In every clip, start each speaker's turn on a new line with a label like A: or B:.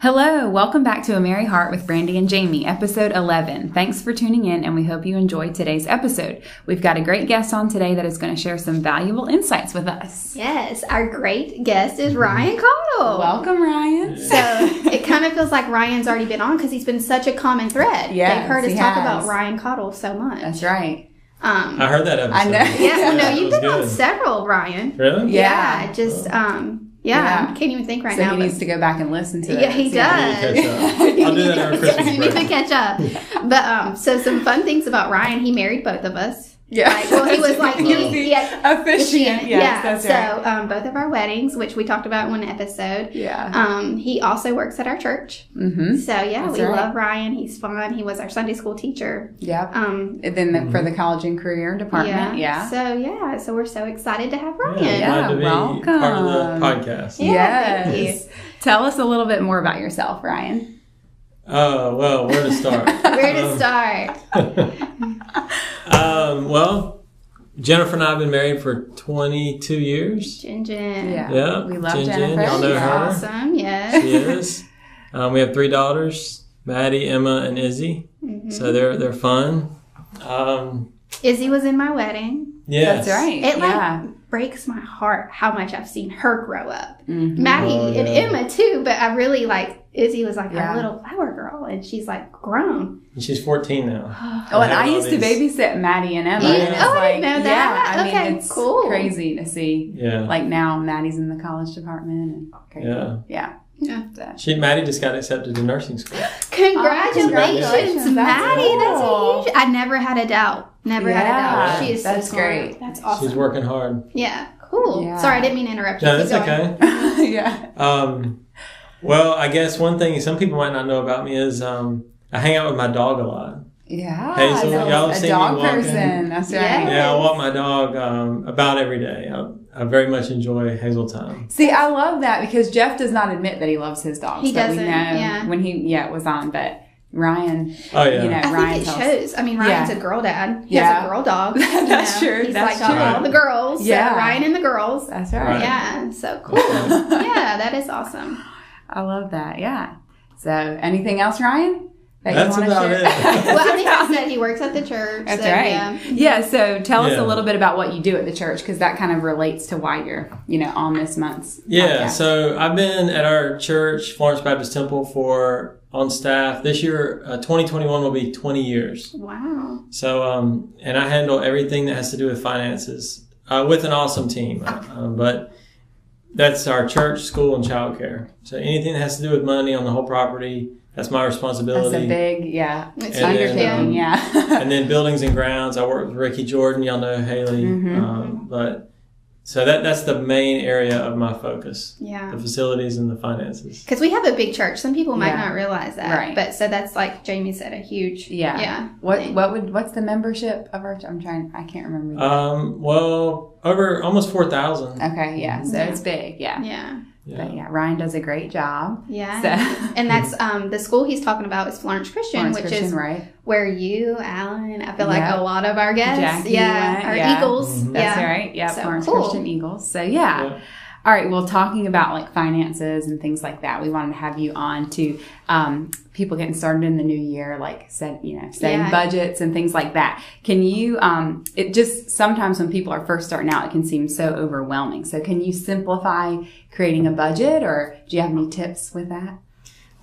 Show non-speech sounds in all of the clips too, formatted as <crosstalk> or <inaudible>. A: Hello, welcome back to A Merry Heart with Brandy and Jamie, episode 11. Thanks for tuning in, and we hope you enjoyed today's episode. We've got a great guest on today that is going to share some valuable insights with us.
B: Yes, our great guest
A: Mm-hmm.
B: is Ryan Cottle.
A: Welcome, Ryan. <laughs>
B: So it kind of feels like Ryan's already been on because he's been such a common thread.
A: Yes,
B: They've heard us
A: he
B: talk
A: has.
B: about Ryan Cottle so much.
A: That's right. <laughs>
B: Um,
C: I heard that episode.
A: I know.
B: yeah, well, no,
C: it
B: you've
C: was
B: been on
C: good.
B: several, Ryan.
C: Really?
A: Yeah.
B: just, um, yeah,
A: Yeah.
B: I can't even think right
A: so
B: now.
A: he
B: but- <laughs>
A: needs to go back and listen to it.
B: Yeah, he
C: I
B: <laughs>
C: need to catch up. I'll do that over Christmas
B: you need to
C: break.
B: catch up.
A: <laughs>
B: But um, so some fun things about Ryan. He married both of us.
A: Yeah.
B: Like, well, he was like,
A: He was
B: he-
A: the <laughs>
B: yeah,
A: officiant. Yes,
B: yeah.
A: that's
B: so
A: right.
B: um, both of our weddings, which we talked about in one episode.
A: Yeah.
B: Um, he also works at our church.
A: Mm-hmm.
B: So yeah,
A: That's
B: we
A: right.
B: love Ryan. He's fun. He was our Sunday school teacher.
A: Yep.
B: Um,
A: And then the, for
C: Mm-hmm.
A: the college and career department. Yeah.
B: So yeah, so we're so excited to have Ryan.
C: Yeah,
A: Yeah,
C: glad to be
A: welcome.
C: part of the podcast.
B: Yeah. thank
A: yes. Tell us a little bit more about yourself, Ryan.
C: Oh, well, where to
B: <laughs>
C: start?
B: Where
C: Uh,
B: to start?
C: um, well, Jennifer and I have been married for 22 years.
B: Jin Jin.
A: Yeah.
C: Yeah,
A: We love
C: Jin Jin,
A: Jennifer.
C: y'all know
B: She's
C: her.
B: awesome. Yes.
C: She is. Um, we have three daughters, Maddie, Emma, and Izzy.
B: Mm-hmm.
C: So they're they're fun. Um,
B: Izzy was in my wedding.
C: yes.
A: That's right.
B: It like
A: yeah.
B: breaks my heart how much I've seen her grow up.
A: Mhm.
B: Maddie
C: Oh,
B: and
C: yeah.
B: Emma too, but I really like Izzy was like
A: Yeah.
B: our little flower girl, and she's like grown.
C: And she's 14 now.
A: Oh, and
C: I
A: I
C: had all
A: used to
C: these-
A: babysit Maddie and Emma.
C: You-
A: and it's
C: oh,
B: I didn't know that.
A: Yeah, I mean,
B: Okay,
A: it's
B: cool.
A: crazy to see.
C: Yeah.
A: Like now, Maddie's in the college department. And crazy.
C: Yeah.
A: yeah,
B: Yeah.
A: So-
C: She Maddie just got accepted to nursing school.
B: Congratulations,
A: congratulations. That's
B: Maddie. That's
A: cool.
B: huge. I never had a doubt. Never had a doubt.
C: Yeah,
B: She is
A: that's
B: so smart.
A: great.
B: That's awesome.
C: She's working hard.
B: Yeah, cool.
A: Yeah.
B: Sorry, I didn't mean to interrupt you.
C: No,
B: Keep
C: that's
B: going.
A: <laughs>
C: okay.
A: yeah.
C: Um, well, I guess one thing some people might not know about me is um, I hang out with my dog a lot.
A: Yeah.
C: Hazel,
A: that's
C: y'all have
A: a
C: seen me
A: dog
C: walking?
A: person. That's right.
B: Yeah.
C: Yeah, I walk my dog um, about every day. I, I very much enjoy Hazel time.
A: See, I love that because Jeff does not admit that he loves his dogs.
B: He
A: but We
B: doesn't,
A: know
B: yeah.
A: When he yeah it was on, but Ryan.
C: Oh yeah,
A: You know.
B: I
A: Ryan
B: think
A: tells-
B: it shows. I mean, Ryan's
A: Yeah.
B: a girl dad. He
A: Yeah.
B: has a
A: <laughs>
B: girl dog.
A: That's
B: you know.
A: true.
B: He's
A: That's
B: like
C: true.
B: all the girls. so
A: Yeah.
B: Ryan and the girls.
A: That's
C: Right.
A: right.
B: Yeah, so
A: <laughs>
B: cool. yeah, that is awesome.
A: I love that. Yeah. So anything else, Ryan? that you
C: That's
A: wanna
C: about
A: share?
C: it. Well,
B: Well,
A: <laughs>
B: I think I said he works at the church.
A: That's
B: so,
A: right.
B: Yeah.
A: Yeah. So tell us
C: Yeah.
A: a little bit about what you do at the church because that kind of relates to why you're, you know, on this month's.
C: yeah.
A: podcast.
C: So I've been at our church, Florence Baptist Temple, for on staff this year. Uh, 2021 will be 20 years.
B: Wow.
C: So um, and I handle everything that has to do with finances uh, with an awesome team. Uh, uh, but that's our church, school, and childcare. So anything that has to do with money on the whole property, that's my responsibility.
A: that's a big, yeah,
B: It's
C: And
B: huge.
C: then,
A: undertaking.
C: um,
B: Yeah.
A: Yeah.
C: and then buildings and grounds. I work with Ricky Jordan. Y'all know Haley,
A: Mhm.
C: um, but so that that's the main area of my focus:
B: Yeah.
C: the facilities and the finances.
B: Because we have a big church. Some people might
A: Yeah.
B: not realize that.
A: Right.
B: But so that's like Jamie said, a huge.
A: Yeah.
B: Yeah.
A: <laughs> What what would what's the membership of our? I'm trying. I can't remember.
C: Um, well, over almost four thousand.
A: okay. Yeah. So
B: Yeah.
A: it's big. Yeah.
B: Yeah.
A: But yeah, Ryan does a great job.
B: Yeah.
A: So. <laughs>
B: And that's um, the school he's talking about is Florence Christian,
A: Florence
B: which
A: Christian,
B: is
A: right.
B: where you, Alan, I feel
A: Yeah.
B: like a lot of our guests,
A: Jackie
B: yeah,
A: went,
B: our
A: yeah.
B: Eagles,
C: Mhm.
A: That's
B: yeah,
A: right. Yeah,
B: So
A: Florence
B: cool.
A: Christian Eagles. So yeah.
C: Yeah.
A: All right. Well, talking about like finances and things like that, we wanted to have you on to um, people getting started in the new year, like said, you know, setting
B: Yeah.
A: budgets and things like that. Can you? Um, it just sometimes when people are first starting out, it can seem so overwhelming. So can you simplify creating a budget, or do you have any tips with that?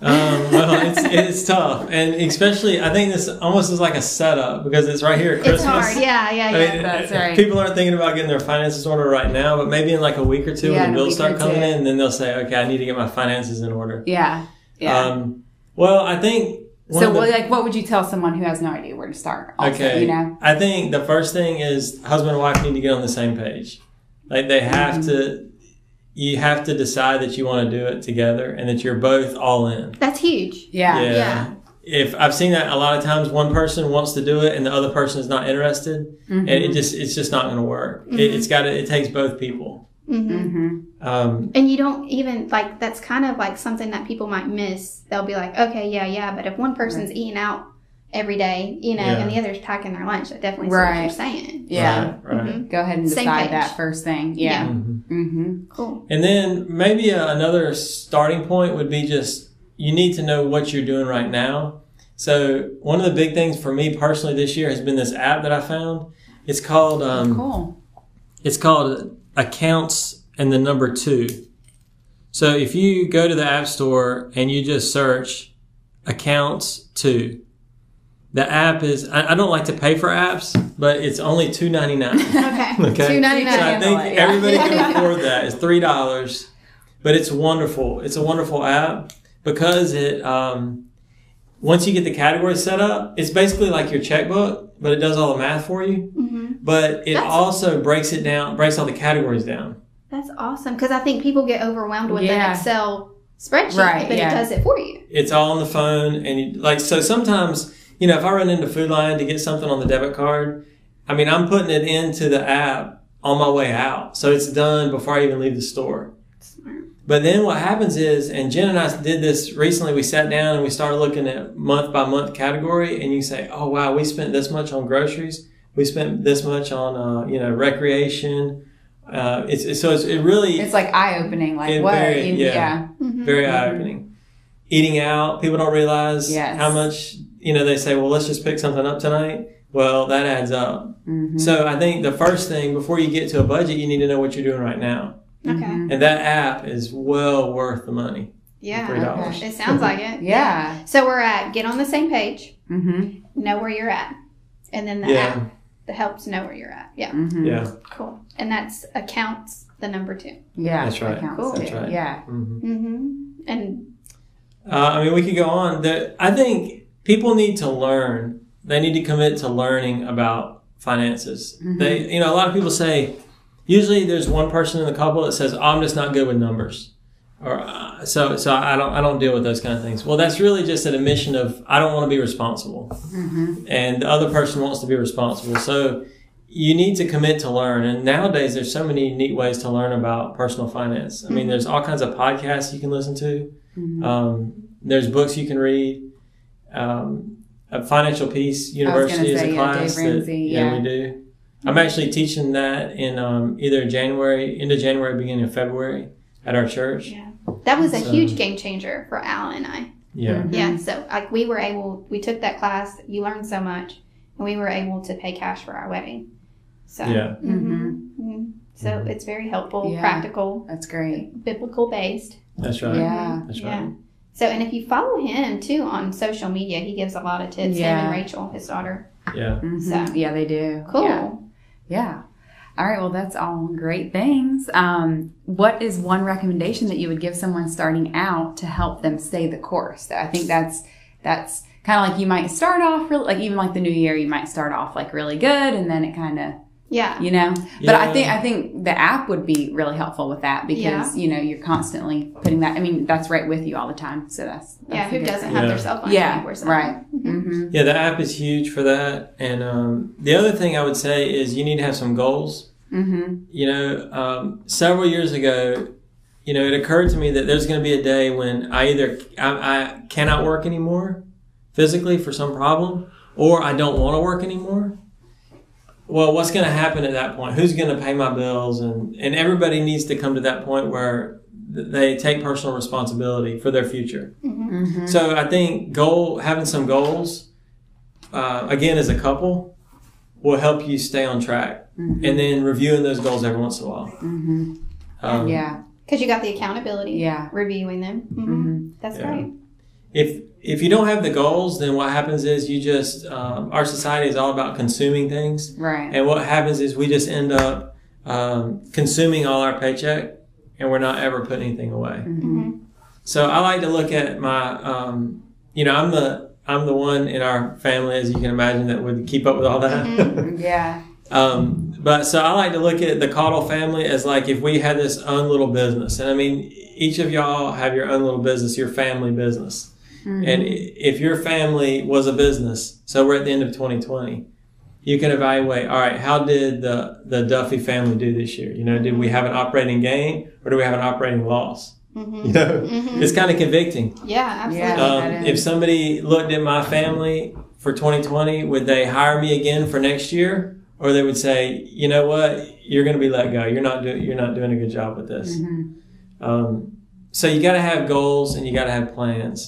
C: Um, well, it's it's tough, and especially I think this almost is like a setup because it's right here at Christmas.
B: it's hard, yeah, yeah,
C: I
B: yeah.
C: mean,
A: that's right.
C: People aren't thinking about getting their finances in order right now, but maybe in like a week or two
A: Yeah, in a
C: when the bills
A: week or
C: start coming
A: two.
C: in, then they'll say, "Okay, I need to get my finances in order."
A: Yeah. Yeah.
C: Um, well, I think. one
A: so
C: of the-
A: what like, what would you tell someone who has no idea where to start? Also,
C: okay,
A: You know.
C: I think the first thing is husband and wife need to get on the same page. Like they have
A: Mm-hmm.
C: to, you have to decide that you want to do it together and that you're both all in.
B: That's huge.
A: Yeah.
B: Yeah.
C: If I've seen that a lot of times, one person wants to do it and the other person is not interested,
A: Mm-hmm.
C: and it just it's just not going to work. It, it's got to it takes both people.
B: hmm
A: Mm-hmm.
C: Um,
B: And you don't even like that's kind of like something that people might miss. They'll be like, okay, yeah, yeah, but if one person's eating out every day, you know,
C: Yeah.
B: and the other's packing their lunch, I definitely see what
A: Right.
B: you're saying.
A: Yeah. Mm-hmm.
C: right, right.
B: Mhm.
A: Go ahead and
B: Same
A: decide
B: page.
A: that first thing. Yeah.
C: Mhm.
A: Mm-hmm.
B: Cool.
C: And then maybe uh another starting point would be just you need to know what you're doing right now. So one of the big things for me personally this year has been this app that I found. It's called um,
A: cool.
C: it's called accounts and the number two. So if you go to the app store and you just search accounts two, the app is I, I don't like to pay for apps, but it's only two
A: <laughs>
C: ninety nine.
B: Okay.
C: Okay.
B: Two ninety
C: So I
B: nine.
A: Exactly. handle
C: think
A: it, yeah. <laughs>
C: everybody can afford that. It's three dollars, but it's wonderful. It's a wonderful app because it um, once you get the categories set up, it's basically like your checkbook, but it does all the math for you.
B: Mhm.
C: But it
B: That's-
C: also breaks it down, breaks all the categories down.
B: That's awesome because I think people get overwhelmed with an
A: Yeah.
B: Excel spreadsheet,
A: Right,
B: but
A: yeah.
B: it does it for you.
C: It's all on the phone, and you, like so sometimes you know if I run into Food Lion to get something on the debit card, I mean I'm putting it into the app on my way out, so it's done before I even leave the store.
B: Smart.
C: But then what happens is, and Jen and I did this recently, we sat down and we started looking at month by month category, and you say, oh wow, we spent this much on groceries, we spent this much on, uh, you know, recreation. Uh, it's, it's, so it's, it really
A: It's like eye opening. Like
C: It
A: what?
C: very-
A: you-
C: yeah.
A: yeah.
B: Mhm.
C: very eye opening. Eating out, people don't realize
A: Mm-hmm. Yes.
C: how much, you know, they say, well, let's just pick something up tonight. Well, that adds up.
A: Mhm.
C: So I think the first thing before you get to a budget, you need to know what you're doing right now.
A: Mm-hmm.
B: Okay.
C: And that app is well worth the money. Three
B: Yeah.
C: dollars.
B: It sounds like it.
A: Yeah.
B: So we're at get on the same page,
A: Mm-hmm.
B: know where you're at, and then the
C: Yeah.
B: app that helps know where you're at. Yeah.
A: Mm-hmm.
C: Yeah.
B: Cool. And that's accounts the number two.
A: Yeah.
C: That's right.
A: that counts
B: Cool.
A: too.
C: That's right.
A: Yeah.
C: Mhm.
B: Mm-hmm. And
C: Uh, I mean, we could go on. There, I think people need to learn. They need to commit to learning about finances.
A: Mhm.
C: They, you know, a lot of people say. Usually, there's one person in the couple that says, "Oh, "I'm just not good with numbers," or uh, so. So I don't. I don't deal with those kind of things. Well, that's really just an admission of I don't want to be responsible,
A: Mm-hmm.
C: and the other person wants to be responsible. So you need to commit to learn. And nowadays, there's so many neat ways to learn about personal finance. I mean,
B: Mhm.
C: there's all kinds of podcasts you can listen to.
A: Mm-hmm.
C: Um, there's books you can read. Um, a Financial Peace University is
A: say,
C: a
A: yeah, Dave
C: class that
A: Ramsey, yeah.
C: we do. I'm actually teaching that in um, either January, end of January, beginning of February at our church.
B: yeah, that was a
C: So-
B: huge game changer for Al and I.
C: Yeah.
A: Mm-hmm.
B: Yeah. So like we were able, we took that class. You learned so much, and we were able to pay cash for our wedding. So
A: Mm-hmm.
C: Yeah.
B: mhm, mhm. So
C: Mhm.
B: it's very helpful,
A: Yeah.
B: practical,
A: That's great.
B: biblical based.
C: That's right.
A: Yeah.
C: That's
B: Yeah.
C: right.
B: So and if you follow him too on social media, he gives a lot of tips. Him
A: Yeah.
B: and Rachel, his daughter.
C: Yeah.
A: Mhm.
B: So-
A: Yeah, they do.
B: Cool.
A: Yeah. Yeah. All right. Well, that's all great things. Um, what is one recommendation that you would give someone starting out to help them stay the course? So I think that's that's kind of like you might start off really, like even like the new year, you might start off like really good, and then it kind of
B: Yeah.
A: you know. But I
C: Yeah.
A: think I think the app would be really helpful with that because you know you're constantly putting that. I mean, that's right with you all the time. So that's, that's
B: yeah.
A: a
B: Who
A: good
B: doesn't
A: thing.
B: have
C: Yeah.
B: their cell phone?
A: Yeah,
B: Or something?
A: right.
B: Mhm.
A: Mhm.
C: Yeah, the app is huge for that. And um, the other thing I would say is you need to have some goals.
A: Mhm.
C: You know, um, several years ago, you know, it occurred to me that there's going to be a day when I either I, I cannot work anymore physically for some problem, or I don't want to work anymore. Well, what's going to happen at that point? Who's going to pay my bills? And and everybody needs to come to that point where th- they take personal responsibility for their future.
B: Mhm.
A: Mhm.
C: So I think goal having some goals, uh, again as a couple, will help you stay on track,
A: Mhm.
C: and then reviewing those goals every once in a while.
A: Mhm.
C: Um,
A: Yeah.
B: Because you got the accountability.
A: Yeah.
B: Reviewing them. Mhm.
A: Mhm.
B: That's
C: Yeah.
B: great.
C: If if you don't have the goals, then what happens is you just um, our society is all about consuming things,
A: Right.
C: and what happens is we just end up um, consuming all our paycheck, and we're not ever putting anything away.
A: Mhm.
B: Mhm.
C: So I like to look at my, um, you know, I'm the I'm the one in our family, as you can imagine, that would keep up with all that.
B: Mhm.
A: Yeah.
C: Um, but so I like to look at the Caudle family as like if we had this own little business. And I mean, each of y'all have your own little business, your family business.
A: Mm-hmm.
C: And i- if your family was a business, so we're at the end of 2020, you can evaluate, all right, how did the, the Duffy family do this year? You know, did we have an operating gain or do we have an operating loss?
B: Mhm.
C: You know, <laughs>
B: Mhm.
C: it's kind of convicting.
B: Yeah. Absolutely.
A: Mm-hmm. Yeah.
C: Um,
A: that
C: if
A: is.
C: somebody looked at my family for 2020, would they hire me again for next year, or they would say, you know what, you're going to be let go. You're not doing you're not doing a good job with this.
A: Mhm.
C: Um, so you got to have goals and you got to have plans.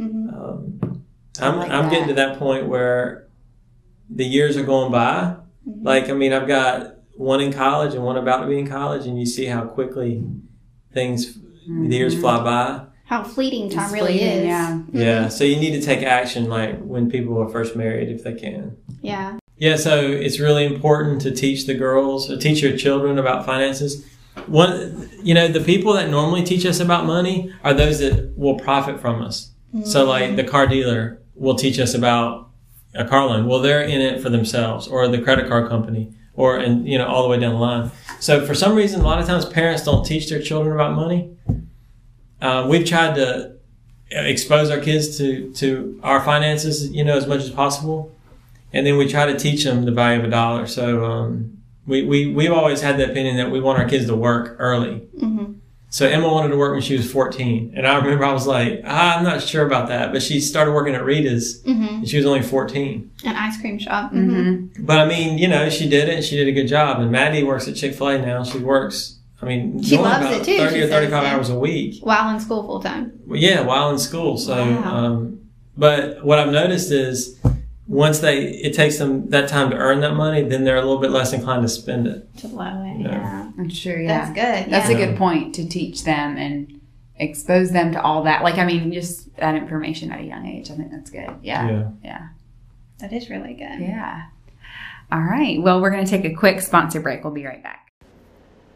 B: hmm
C: Um, I'm,
A: like
C: I'm getting
A: that.
C: to that point where the years are going by.
A: Mm-hmm.
B: Mhm.
C: Like, I mean, I've got one in college and one about to be in college, and you see how quickly things, the years
A: Mm-hmm.
C: fly by.
B: How fleeting time
A: It's
B: really
A: fleeting,
B: is.
A: yeah.
B: Mhm.
C: Yeah. So you need to take action, like when people are first married, if they can.
B: Yeah.
C: Yeah, so it's really important to teach the girls, or teach your children about finances. One, you know, the people that normally teach us about money are those that will profit from us.
B: Mm-hmm.
C: So, like the car dealer will teach us about a car loan. Well, they're in it for themselves, or the credit card company, or and you know all the way down the line. So, for some reason, a lot of times parents don't teach their children about money. Uh, we've tried to expose our kids to to our finances, you know, as much as possible and then we try to teach them the value of a dollar. So um, we, we we've always had the opinion that we want our kids to work early.
B: hmm
C: So Emma wanted to work when she was 14, and I remember I was like, ah, I'm not sure about that, but she started working at Rita's,
B: hmm
C: and she was only 14.
B: An ice cream shop. hmm
A: Mm-hmm.
C: But I mean, you know, she did it. and She did a good job. And Maddie works at Chick Fil A now. She works. I mean,
B: She
C: going
B: loves it too,
C: 30
B: she
C: or
B: says,
C: 35
B: yeah.
C: hours a week.
B: While in school full time.
C: Well, yeah, while in school. So,
B: Wow.
C: um, but what I've noticed is once they, it takes them that time to earn that money, then they're a little bit less inclined to spend it.
B: To blow it.
C: No.
B: Yeah.
A: I'm sure. Yeah.
B: That's good.
A: That's
B: yeah.
A: a good point to teach them and expose them to all that. Like, I mean, just that information at a young age. I think that's good. Yeah.
B: that is really good.
A: Yeah. All right. Well, we're going to take a quick sponsor break. We'll be right back.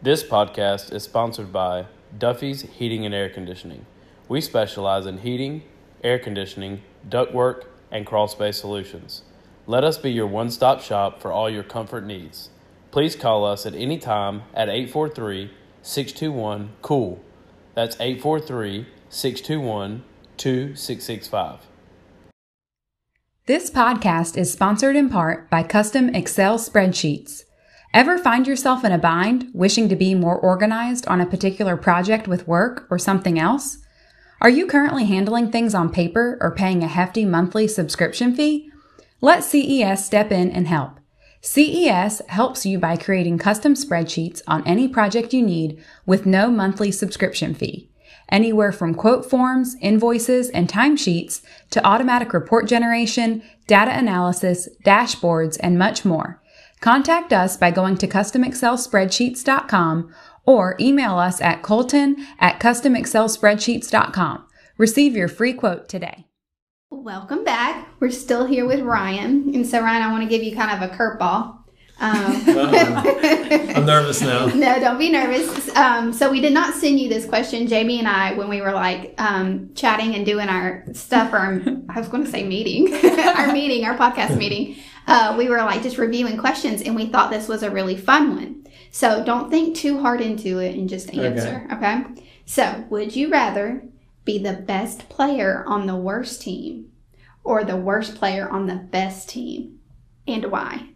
D: This podcast is sponsored by Duffy's Heating and Air Conditioning. We specialize in heating, air conditioning, ductwork, and crawl space solutions. Let us be your one stop shop for all your comfort needs. Please call us at any time at 843 621 COOL. That's 843 621 2665.
A: This podcast is sponsored in part by custom Excel spreadsheets. Ever find yourself in a bind, wishing to be more organized on a particular project with work or something else? Are you currently handling things on paper or paying a hefty monthly subscription fee? Let CES step in and help. CES E helps you by creating custom spreadsheets on any project you need with no monthly subscription fee. Anywhere from quote forms, invoices, and timesheets to automatic report generation, data analysis, dashboards, and much more. Contact us by going to customexcelspreadsheets.com or email us at colton at customexcelspreadsheets.com. Receive your free quote today.
B: Welcome back. We're still here with Ryan. And so, Ryan, I want to give you kind of a curveball.
C: <laughs>
B: Um,
C: I'm
B: <laughs>
C: nervous now.
B: No, don't be nervous. Um, so we did not send you this question, Jamie and I, when we were like um, chatting and doing our stuff, or um, I was going to say meeting, <laughs> our meeting, our podcast meeting. Uh, we were like just reviewing questions, and we thought this was a really fun one. So don't think too hard into it and just answer. Okay. So would you rather be the best player on the worst team, or the worst player on the best team, and why?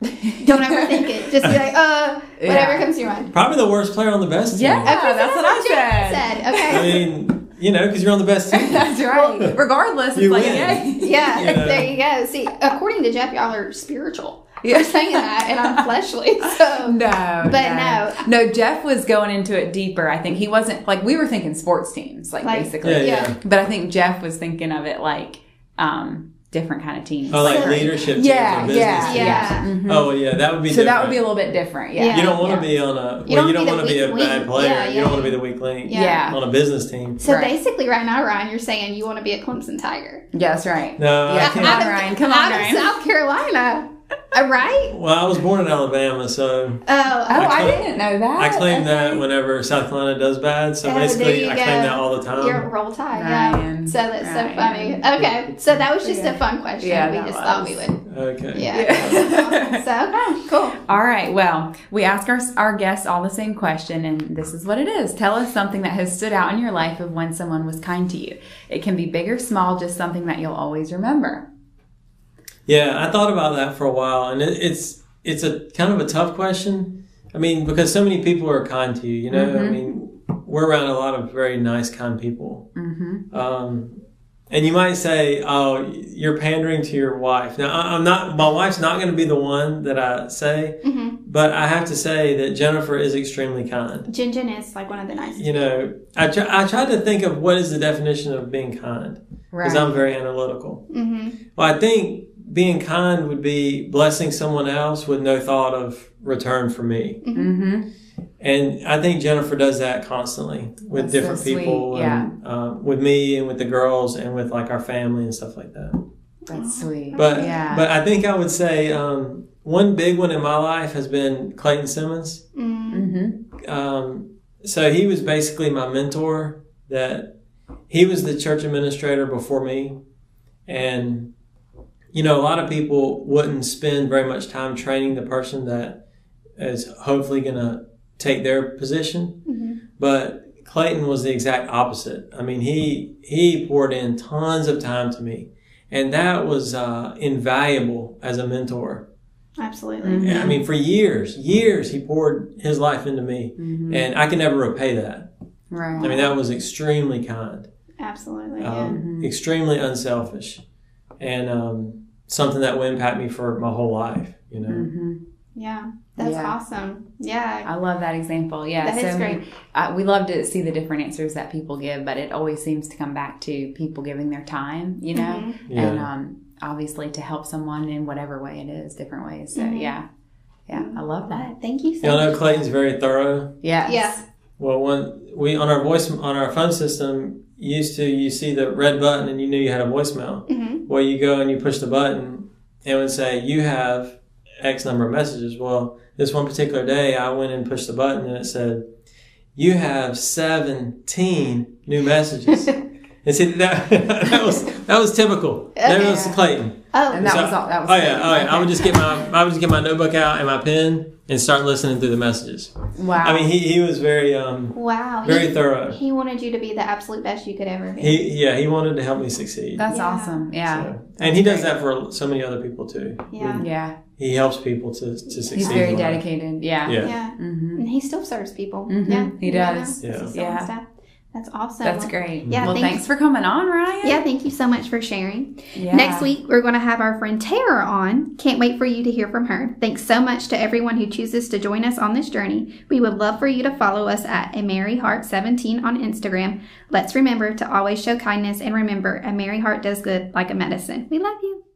B: Don't overthink it. Just be like, uh, whatever
A: Yeah.
B: comes to your mind.
C: Probably the worst player on the best team.
A: Yeah, that's what I said.
B: Said,
C: I
B: okay.
C: mean, you know, because you're on the best
B: <laughs>
C: team.
A: That's right. Regardless, it's
C: You
A: like,
C: win.
A: yay.
B: Yeah,
C: Yeah.
B: there you go. See, according to Jeff, y'all are spiritual.
A: Yeah.
B: You're saying that, and I'm fleshly. So,
A: No, no,
B: But
A: no. Jeff was going into it deeper. I think he wasn't like we were thinking sports teams, like,
B: Like-
A: basically.
C: yeah, yeah.
B: Yeah.
A: But I think Jeff was thinking of it like um, different kind of teams.
C: Oh, like
B: So-
C: leadership teams
A: yeah,
C: or
A: yeah,
C: business
A: yeah,
C: teams.
B: Yeah.
A: Mhm.
C: Oh, well, yeah, that would be
A: so
C: different.
A: that would be a little bit different. Yeah.
B: Yeah.
A: Yeah.
C: you don't want
B: yeah.
C: to be on a,
B: You
C: well, you
B: don't
C: don't
B: be the
C: want to be a
B: weak
C: bad
B: link.
C: player.
B: Yeah,
C: You
B: yeah.
C: don't want to be the weak link
B: Yeah.
C: on a business team.
B: so
A: Right.
B: basically, right now, Ryan, you're saying you want to be a Clemson Tiger.
A: Yes, right.
C: No,
A: Yeah,
C: I
A: come
C: can't.
A: on, Ryan. Come on,
B: out
A: Ryan.
B: of South Carolina, Uh, right?
C: Well, I was born in Alabama, so
B: Oh,
A: Oh, I,
C: I claim-
A: didn't know that.
C: I claim that
A: Okay.
C: whenever South Carolina does bad, so
B: Oh, there
C: basically
B: you
C: I
B: go.
C: claim that all the time.
B: You're a roll tide, yeah.
A: Ryan,
B: So that's so
A: Ryan.
B: funny. Okay, so that was just
A: Yeah.
B: a fun question.
A: Yeah,
B: we
A: that
B: just thought
A: was.
B: we would.
C: Okay.
B: Yeah.
A: Yeah.
B: so okay, cool.
A: All right. Well, we ask our, our guests all the same question, and this is what it is. Tell us something that has stood out in your life of when someone was kind to you. It can be big or small, just something that you'll always remember.
C: Yeah, I thought about that for a while, and it, it's it's a kind of a tough question. I mean, because so many people are kind to you. You
B: Mm-hmm.
C: know, I mean, we're around a lot of very nice, kind people.
A: Mm-hmm.
C: Um, And you might say, "Oh, you're pandering to your wife." Now, I- I'm not. My wife's not going to be the one that I say,
B: Mhm.
C: but I have to say that Jennifer is extremely kind.
B: Jin Jin is like one of the nicest.
C: You know, I tr- I tried to think of what is the definition of being kind because I'm very analytical.
A: Mm-hmm.
B: hmm
C: Well, I think being kind would be blessing someone else with no thought of return for me,
A: Mm-hmm.
C: and I think Jennifer does that constantly with
A: That's so
C: different
A: sweet,
C: people, and uh, with me, and with the girls, and with like our family and stuff like that.
A: That's sweet.
C: But
A: yeah.
C: but I think I would say um, one big one in my life has been Clayton Simmons.
B: mm
A: mm-hmm.
C: Um, so he was basically my mentor. That he was the church administrator before me, and you know a lot of people wouldn't spend very much time training the person that is hopefully going to take their position.
B: Mhm.
C: But Clayton was the exact opposite. I mean, he he poured in tons of time to me, and that was uh, invaluable as a mentor.
B: Absolutely.
A: Mhm.
C: Mm-hmm. Yeah, I mean, for years, years, he poured his life into me,
B: Mm-hmm.
A: Mhm.
C: and I can never repay that.
A: Right.
C: I mean, that was extremely kind,
B: Absolutely. yeah.
A: Mm-hmm.
C: um, extremely unselfish, and um, something that will impact me for my whole life. You know,
A: Mhm.
B: Yeah. That's
A: Yeah.
B: awesome. Yeah.
A: I love that example. Yeah,
B: that is
A: so
B: great.
A: uh, we love to see the different answers that people give, but it always seems to come back to people giving their time, you know,
B: Mhm.
C: yeah,
A: and um, obviously to help someone in whatever way it is, different ways. So
B: Mhm.
A: yeah, yeah,
B: Mm-hmm.
A: I love that.
B: But Thank you so
C: y'all know
B: much.
C: Clayton's very thorough.
A: Yes.
B: Yes.
C: Well, one we on our voice on our phone system used to you see the red button and you knew you had a voicemail.
B: Mhm.
C: Well, you go and you push the button, and it would say you have X number of messages. Well, this one particular day, I went and pushed the button, and it said you have seventeen new messages.
A: <laughs>
C: and see that <laughs> that was that was typical. That was
A: Okay.
C: Clayton.
B: Oh,
A: And that
C: So-
A: was all. That was
C: Oh yeah,
A: it.
C: oh yeah. I would just get my I would just get my notebook out and my pen and start listening through the messages.
A: Wow.
C: I mean, he he was very um
B: wow.
C: very
B: he,
C: thorough.
B: he wanted you to be the absolute best you could ever be.
C: He yeah, he wanted to help me succeed.
A: that's
B: Yeah.
A: awesome. Yeah.
C: So- and he does that for so many other people too.
B: yeah.
A: Yeah.
C: He helps people to, to succeed.
A: He's very
C: in life.
A: dedicated. Yeah.
C: Yeah.
B: yeah.
A: Mm-hmm.
B: And he still serves people.
A: Mhm.
B: Yeah.
A: He does.
B: Yeah.
C: Yeah.
B: He's still on
A: Yeah.
B: staff. That's awesome.
A: That's great.
B: Yeah,
A: well,
B: thanks.
A: thanks. for coming on, Ryan.
B: Yeah, thank you so much for sharing.
A: Yeah.
B: Next week, we're going to have our friend Tara on. Can't wait for you to hear from her. Thanks so much to everyone who chooses to join us on this journey. We would love for you to follow us at a Merry Heart 17 on Instagram. Let's remember to always show kindness and remember, a merry heart does good like a medicine. We love you.